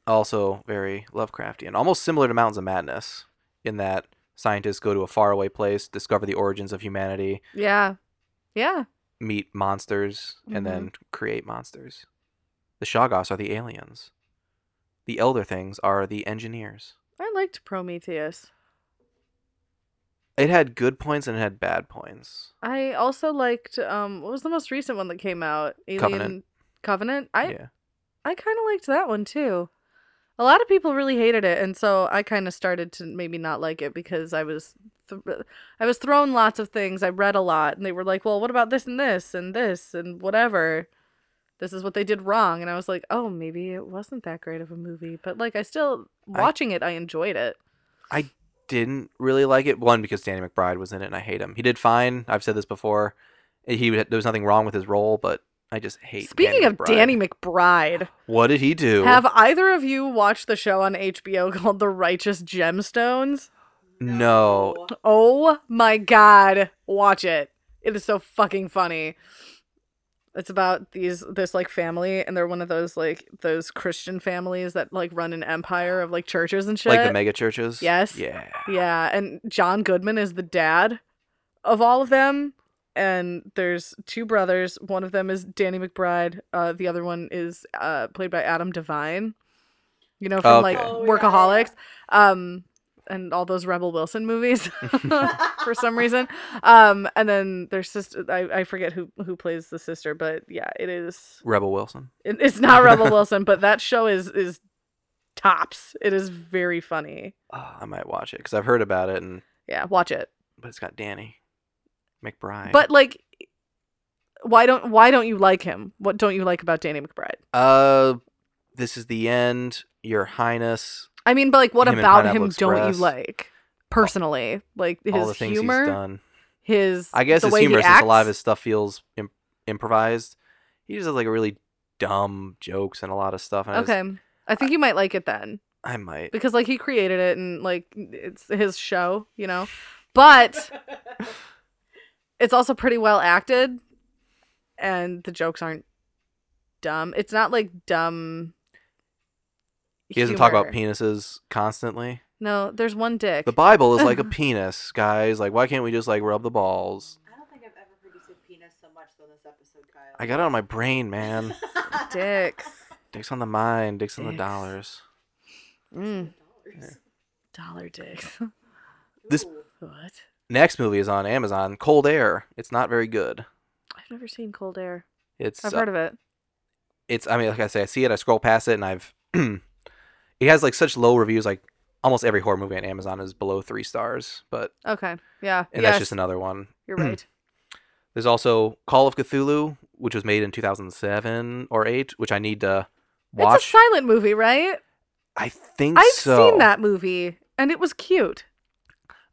also very Lovecraftian, almost similar to Mountains of Madness, in that scientists go to a faraway place, discover the origins of humanity,
Yeah. Yeah.
meet monsters,
Mhm.
and then create monsters. The Shoggoths are the aliens. The Elder Things are the engineers.
I liked Prometheus.
It had good points and it had bad points.
I also liked um what was the most recent one that came out? Alien
Covenant.
Covenant? I
yeah.
I kind of liked that one too. A lot of people really hated it, and so I kind of started to maybe not like it because I was, th- I was thrown lots of things. I read a lot, and they were like, "Well, what about this and this and this and whatever? This is what they did wrong." And I was like, "Oh, maybe it wasn't that great of a movie." But like, I still
I-
watching it, I enjoyed it.
Didn't really like it. One, because Danny McBride was in it and I hate him. He did fine. I've said this before. He would- there was nothing wrong with his role, but I just hate.
Speaking
Danny
of
McBride.
Danny McBride,
what did he do?
have either of you watched the show on HBO called The Righteous Gemstones?
No.
Oh my god, watch it. It is so fucking funny. It's about these this like family and they're one of those like those Christian families that like run an empire of like churches and shit.
like the mega churches?
Yes.
Yeah.
Yeah, and John Goodman is the dad of all of them. And there's two brothers. One of them is Danny McBride. Uh, the other one is uh, played by Adam Devine. You know from like
Okay.
Oh, yeah, yeah,
Workaholics, um, and all those Rebel Wilson movies for some reason. Um, and then their sister. I, I forget who who plays the sister, but yeah, it is.
Rebel Wilson.
It, it's not Rebel Wilson, but that show is is tops. It is very funny.
Ah, I might watch it because I've heard about it, and
Yeah, watch it.
but it's got Danny McBride.
But like, why don't why don't you like him? What don't you like about Danny McBride?
uh, this is the end, Your Highness.
I mean, but like, what
Him in
about him
Pineapple
don't
Express.
you like personally? Like
all the
his
things he's
humor,
done.
his
I guess
the
his
way he
humor, since
acts.
a lot of his stuff feels Im- improvised, he just has like really dumb jokes and a lot of stuff. And I, just-
okay. I think you might like it then
I might.
because like he created it and like it's his show, you know. But it's also pretty well acted, and the jokes aren't dumb. It's not like dumb.
He doesn't talk about
humor.
penises constantly.
No, there's one dick.
The Bible is like a penis, guys. Like, why can't we just like rub the balls?
I don't think I've ever produced a penis so much than this episode, Kyle.
I got it on my brain, man.
Dicks.
Dicks on the mind, dicks on the
Dicks.
dollars.
Mm.
Dollars.
Dollar dicks.
This-
Ooh.
what?
Next movie is on Amazon, Cold Air. It's not very good.
I've never seen Cold Air.
It's
I've
uh,
heard of it.
it's I mean, like I say, I see it, I scroll past it, and I've it has like such low reviews. Like almost every horror movie on Amazon is below three stars, but
Okay. Yeah.
and
yes,
that's just another one.
you're right.
There's also Call of Cthulhu, which was made in 2007 or eight, which I need to
It's a
watch.
silent movie, right?
I think
I've
so.
seen that movie, and it was cute.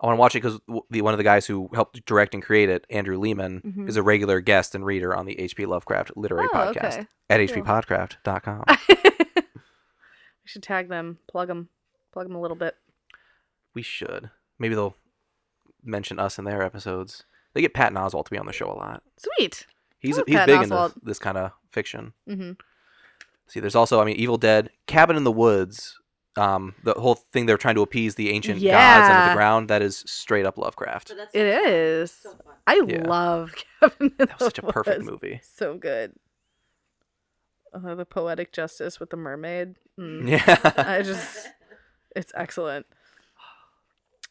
I want to watch it because the one of the guys who helped direct and create it, Andrew Lehman,
Mhm.
is a regular guest and reader on the HP Lovecraft Literary
oh,
Podcast
okay.
at
Cool.
hppodcraft.com.
we should tag them, plug them, plug them a little bit.
we should. Maybe they'll mention us in their episodes. They get Patton Oswalt to be on the show a lot.
Sweet.
He's
love
he's
Patton
big in this,
Oswalt.
this kind of fiction.
Mm-hmm.
See, there's also I mean, Evil Dead, Cabin in the Woods. Um, the whole thing they're trying to appease the ancient gods under
Yeah.
the ground. That is straight up Lovecraft.
But that's
It
so fun.
is.
So fun.
I
Yeah.
love Kevin.
That was such a perfect movie.
So good. Uh, the poetic justice with the mermaid. Mm.
Yeah.
I just- It's excellent.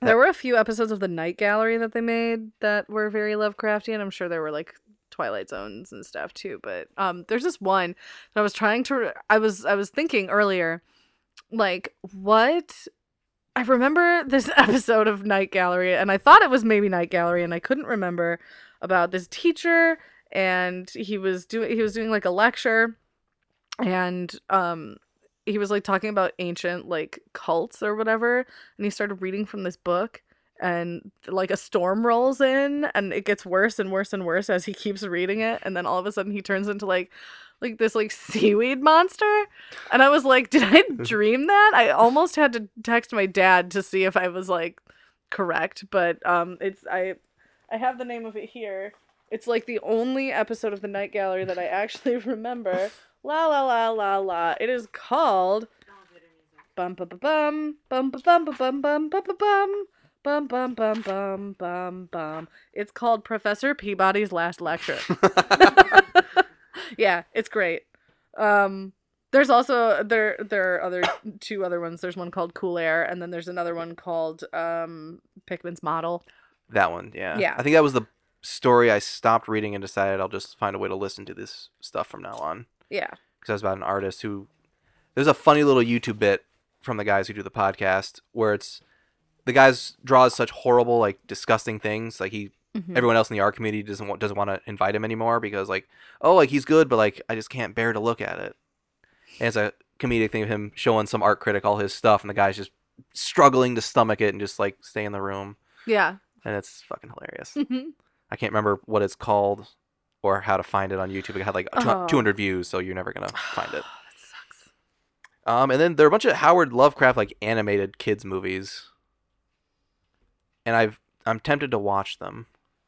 There were a few episodes of the Night Gallery that they made that were very Lovecraftian. I'm sure there were like Twilight Zones and stuff too, but um, there's this one that I was trying to. I was I was thinking earlier, like what. I remember this episode of Night Gallery, and I thought it was maybe Night Gallery, and I couldn't remember about this teacher, and he was doing he was doing like a lecture, and um, he was like talking about ancient like cults or whatever and he started reading from this book and like a storm rolls in and it gets worse and worse and worse as he keeps reading it and then all of a sudden he turns into like like this like seaweed monster and i was like did i dream that i almost had to text my dad to see if i was like correct but um it's i i have the name of it here it's like the only episode of the night gallery that i actually remember la la la la la it is called
Oh, good music.
bum bum bum bum bum bum bum bum bum bum bum bum bum bum bum bum bum. It's called Professor Peabody's Last Lecture. yeah, it's great. Um, there's also there there are other two other ones. There's one called Cool Air, and then there's another one called um, Pickman's Model.
that one, yeah.
Yeah.
I think that was the story I stopped reading and decided I'll just find a way to listen to this stuff from now on.
Yeah.
because I was about an artist who there's a funny little YouTube bit from the guys who do the podcast where it's the guys draws such horrible like disgusting things like he
Hmm. Mm-hmm.
everyone else in the art community doesn't want doesn't want to invite him anymore because like oh like he's good but like I just can't bear to look at it and it's a comedic thing of him showing some art critic all his stuff and the guy's just struggling to stomach it and just like stay in the room
Yeah.
and it's fucking hilarious
Mhm.
I can't remember what it's called or how to find it on YouTube. It had like tw-
Oh.
200 views, so you're never gonna find it.
that sucks.
Um, and then there are a bunch of Howard Lovecraft like animated kids movies, and I've I'm tempted to watch them,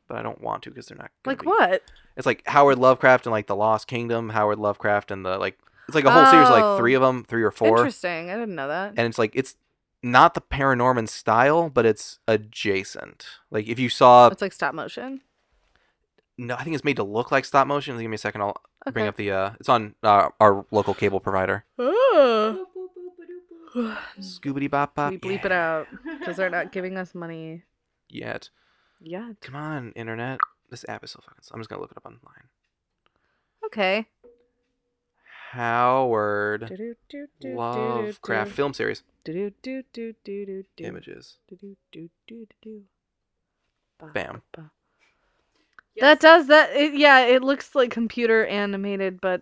but I don't want to because they're not gonna
Like
be-
what?
It's like Howard Lovecraft and like the Lost Kingdom, Howard Lovecraft and the like. It's like a whole series,
Oh.
like three of them, three or four,
Interesting. I didn't know that.
and it's like it's not the Paranorman style, but it's adjacent. Like if you saw,
it's like stop motion.
no, I think it's made to look like stop motion. Give me a second, I'll
Okay.
bring up the. uh It's on uh, our local cable provider.
Oh.
Boop, boop, boop, boop,
we
boop.
Scoobity bop bop.
bleep it
Uh, yeah,
out because they're not giving us money
Yet.
yet.
Come on, internet. This app is so fucking. I'm just gonna look it up online.
Okay.
Howard Lovecraft
Lovecraft
film series
Do do do do do do.
images.
Do do do do do. Ba,
Bam.
ba, ba.
Yes.
That does that. It, yeah, it looks like computer animated, but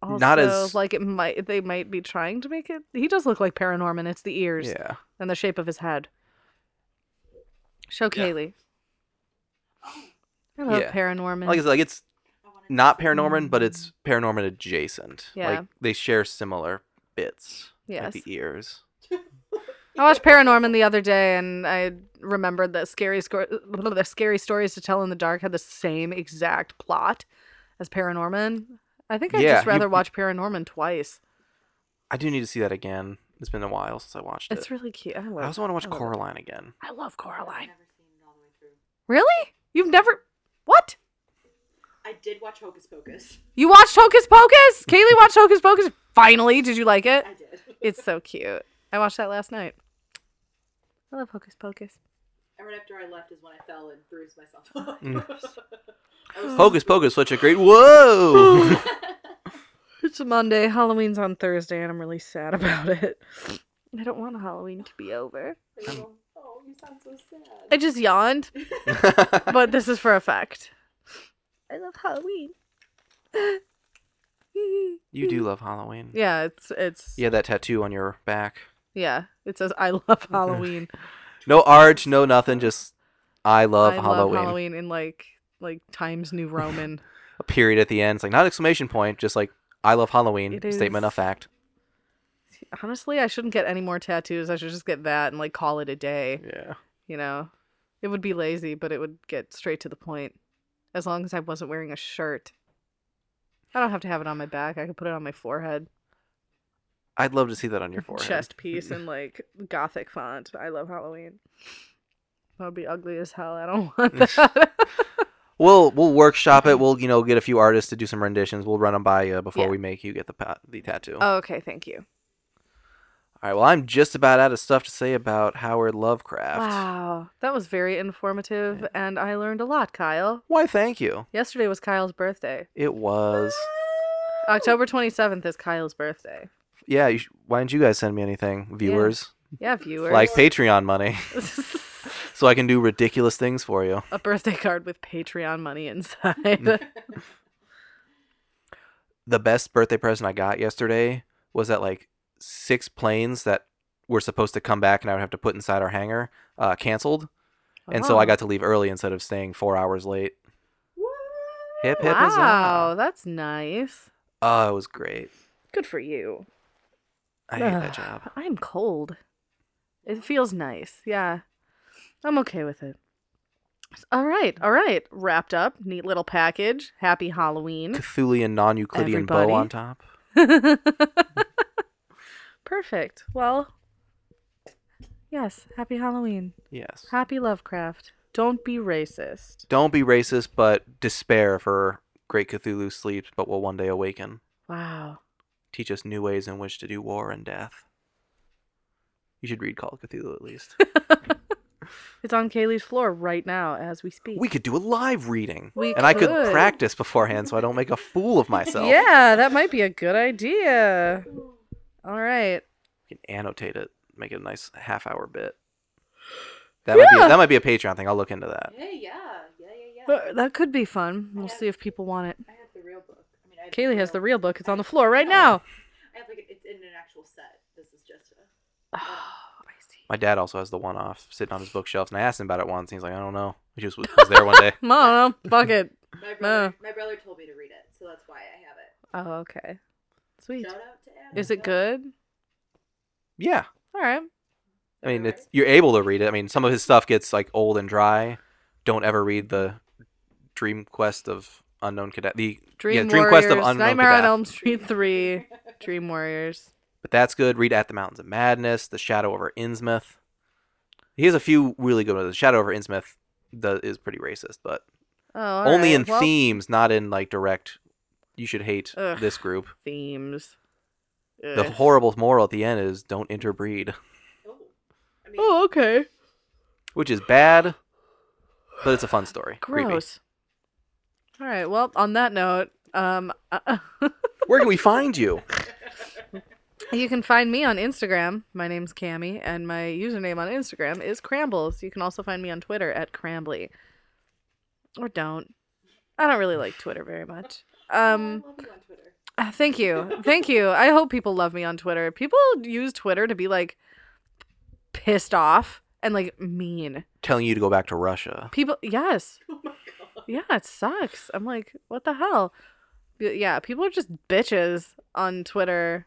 also
Not as-
like it might. They might be trying to make it. He does look like Paranorman. It's the ears
Yeah.
and the shape of his head. Show Kaylee.
Oh,
I love
Yeah.
Paranorman.
Like it's like it's
I wanted to
not
say-
Paranorman, but it's Paranorman adjacent.
Mm. Yeah.
Like they share similar bits.
Yes.
Like the ears.
I watched Paranorman the other day, and I remembered that scary sco- the scary stories to tell in the dark had the same exact plot as Paranorman. I think I'd
Yeah,
just
you-
rather
you-
watch Paranorman twice.
I do need to see that again. It's been a while since I watched it.
It's really cute. I, love,
I also want to watch
love it.
Coraline again.
I love
I've
Coraline.
never seen it all the way through.
Really? You've never what?
I did watch Hocus Pocus.
You watched Hocus Pocus? Kaylee watched Hocus Pocus. Finally, did you like it?
I did.
It's so cute. I watched that last night. I love Hocus Pocus.
and right after I left is when I fell and bruised myself. up.
Mm.
I was-
Hocus Pocus, such a great. Whoa.
It's a Monday. Halloween's on Thursday, and I'm really sad about it. I don't want Halloween to be over.
Um,
oh, you sound so sad.
I just yawned, but this is for effect. I love Halloween.
you do love Halloween.
Yeah, it's it's
Yeah, that tattoo on your back.
yeah. It says I love Halloween.
No arch, no nothing. Just I love,
I
Halloween.
love Halloween in like like Times New Roman.
A period at the end. It's like not exclamation point. Just like I love Halloween.
It
Statement of
is-
fact.
Honestly, I shouldn't get any more tattoos. I should just get that and like call it a day.
Yeah.
You know, it would be lazy, but it would get straight to the point. As long as I wasn't wearing a shirt, I don't have to have it on my back. I could put it on my forehead,
I'd love to see that on your forehead.
chest piece, and like gothic font. I love Halloween. That would be ugly as hell. I don't want
Oh.
that.
We'll we'll workshop it. We'll you know get a few artists to do some renditions. We'll run them by you before
Mm-hmm. Yeah.
we make you get the pa- the tattoo.
oh, okay, thank you.
All right. Well, I'm just about out of stuff to say about Howard Lovecraft.
Wow, that was very informative,
Yeah.
and I learned a lot, Kyle.
Why? Thank you.
Yesterday was Kyle's birthday.
It was.
October 27th is Kyle's birthday.
Yeah. You sh- why didn't you guys send me anything, viewers?
Yeah, viewers.
Like Patreon money, so I can do ridiculous things for you.
a birthday card with Patreon money inside.
the best birthday present I got yesterday was that like six planes that were supposed to come back and I would have to put inside our hangar uh, canceled, and so I
Oh.
got to leave early instead of staying four hours late. Hip hip
Wow,
huzzah!
that's nice.
Oh, it was great.
Good for you.
I hate that job.
Ugh, I'm cold. It feels nice. Yeah. I'm okay with it. S- All right. All right. Wrapped up. Neat little package. Happy Halloween.
Cthulian non-Euclidean
Everybody.
bow on top.
Perfect. Well, yes. Happy Halloween.
Yes.
Happy Lovecraft. Don't be racist.
Don't be racist, but despair for great Cthulhu sleeps, but will one day awaken.
Wow.
Teach us new ways in which to do war and death. You should read Call of Cthulhu at least.
It's on Kaylee's floor right now as we speak.
We could do a live reading.
We
and I could
could.
practice beforehand so I don't make a fool of myself.
Yeah, that might be a good idea. All right.
We can annotate it, make it a nice half hour bit. That might be
Yeah.
that might be a Patreon thing. I'll look into that.
Hey, yeah, yeah, yeah, yeah.
But that could be fun. We'll see if people want it.
I have the real book. I mean, I have
Kaylee has the real book. It's on the floor right now.
I have like a- it's in an actual set. This is just a.
Oh, I see.
My dad also has the one off sitting on his bookshelves and I asked him about it once and he's like, I don't know. He just was, was there one day.
I don't know. Fuck it.
My brother, my brother told me to read it, so that's why I have it.
Oh, okay. Sweet.
Shout out to Adam.
Is it
Yep.
good?
Yeah.
All right.
I mean, it's you're able to read it. I mean, some of his stuff gets like old and dry. Don't ever read the Dream Quest of Unknown Cadet. The
Dream
yeah, Dream
Warriors,
Quest of Unknown
Nightmare on
Kadath.
Elm Street 3,
Oh,
Dream Warriors.
but that's good. Read At the Mountains of Madness, The Shadow Over Innsmouth. He has a few really good ones. The Shadow Over Innsmouth the, is pretty racist, but
Oh, all
only
right.
in
Well,
themes, not in like direct. You should hate
Ugh.
this group.
themes. Eh.
The
Ugh.
horrible moral at the end is don't interbreed,
Oh, I mean,
Oh, okay.
which is bad, but it's a fun story. Creepy.
Gross. All right. Well, on that note, um,
Where can we find you?
You can find me on Instagram. My name's Cammy, and my username on Instagram is Crambles. You can also find me on Twitter at Crambly. Or don't. I don't really like Twitter very much. Um,
I love you on Twitter.
uh, thank you. Thank you. I hope people love me on Twitter. People use Twitter to be like pissed off and like mean.
Telling you to go back to Russia.
People, yes.
Oh my god.
Yeah, it sucks. I'm like, what the hell? Y- Yeah, people are just bitches on Twitter.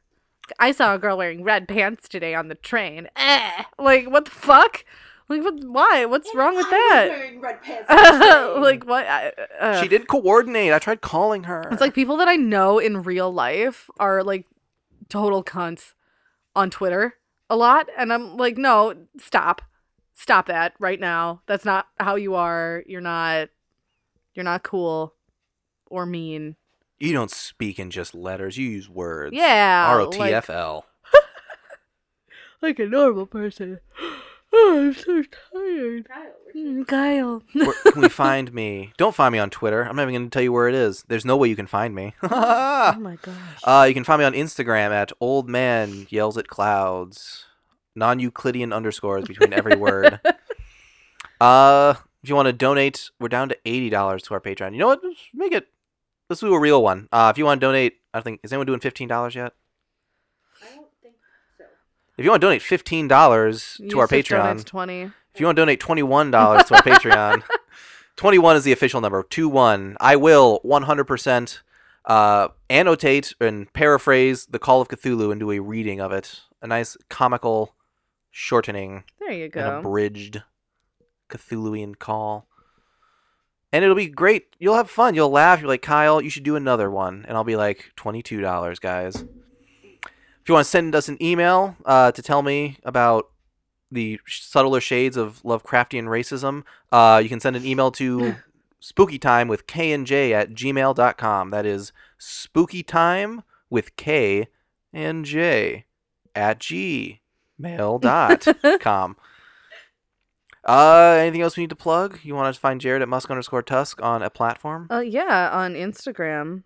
I saw a girl wearing red pants today on the train. Eh. Like, what the fuck? Like, what, why? What's
And
wrong with
I Was
that?
wearing red pants. on the train.
like, what? I, uh,
She did coordinate. I tried calling her.
It's like people that I know in real life are like total cunts on Twitter a lot. And I'm like, no, stop. Stop that right now. That's not how you are. You're not, you're not cool or mean.
you don't speak in just letters. You use words.
Yeah.
R O
like-
T F L.
Like, a normal person. Oh, I'm so tired.
Kyle, we're
Mm, Kyle.
Where can we find me? Don't find me on Twitter. I'm not even going to tell you where it is. There's no way you can find me.
oh
uh,
my gosh.
you can find me on Instagram at old man yells at clouds. Non Euclidean underscores between every word. Uh, if you want to donate, we're down to eighty dollars to our Patreon. You know what? Let's make it. Let's do a real one. Uh, if you want to donate, I think is anyone doing fifteen dollars yet?
I don't think so.
If you want to donate fifteen dollars to our
Yusuf
Patreon,
donates 20.
If you want to donate twenty one dollars to our Patreon, twenty one is the official number. Two one. I will one hundred percent uh, annotate and paraphrase the Call of Cthulhu and do a reading of it. A nice comical shortening
There you
an
go.
abridged Cthulhuian call. And it'll be great. You'll have fun. You'll laugh. You're like, Kyle, you should do another one. And I'll be like, $22, guys. If you want to send us an email uh, to tell me about the subtler shades of Lovecraftian racism, uh, you can send an email to spookytime with K and J at gmail.com. That is spookytime with K and J at gmail.com. Uh, anything else we need to plug? You want to find Jared at Musk underscore Tusk on a platform?
Uh, yeah, on Instagram.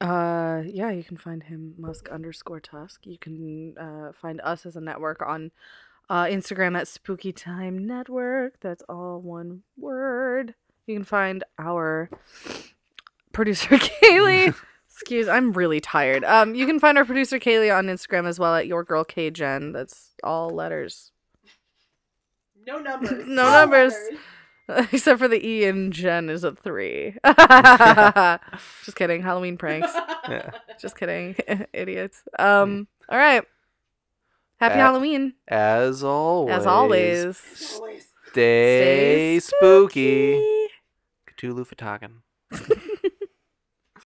Uh, yeah, you can find him Musk underscore Tusk. You can uh, find us as a network on uh, Instagram at Spooky Time Network. That's all one word. You can find our producer Kaylee. Excuse, I'm really tired. Um, you can find our producer Kaylee on Instagram as well at Your Girl Kjen. That's all letters
No numbers.
No
All
numbers.
letters.
except for the E in Jen is a three. Just kidding. Halloween pranks.
Yeah.
Just kidding, idiots. Um, all right. Happy
Uh,
Halloween,
As always.
as always.
Always.
Stay,
Stay
spooky. Cthulhu for talking.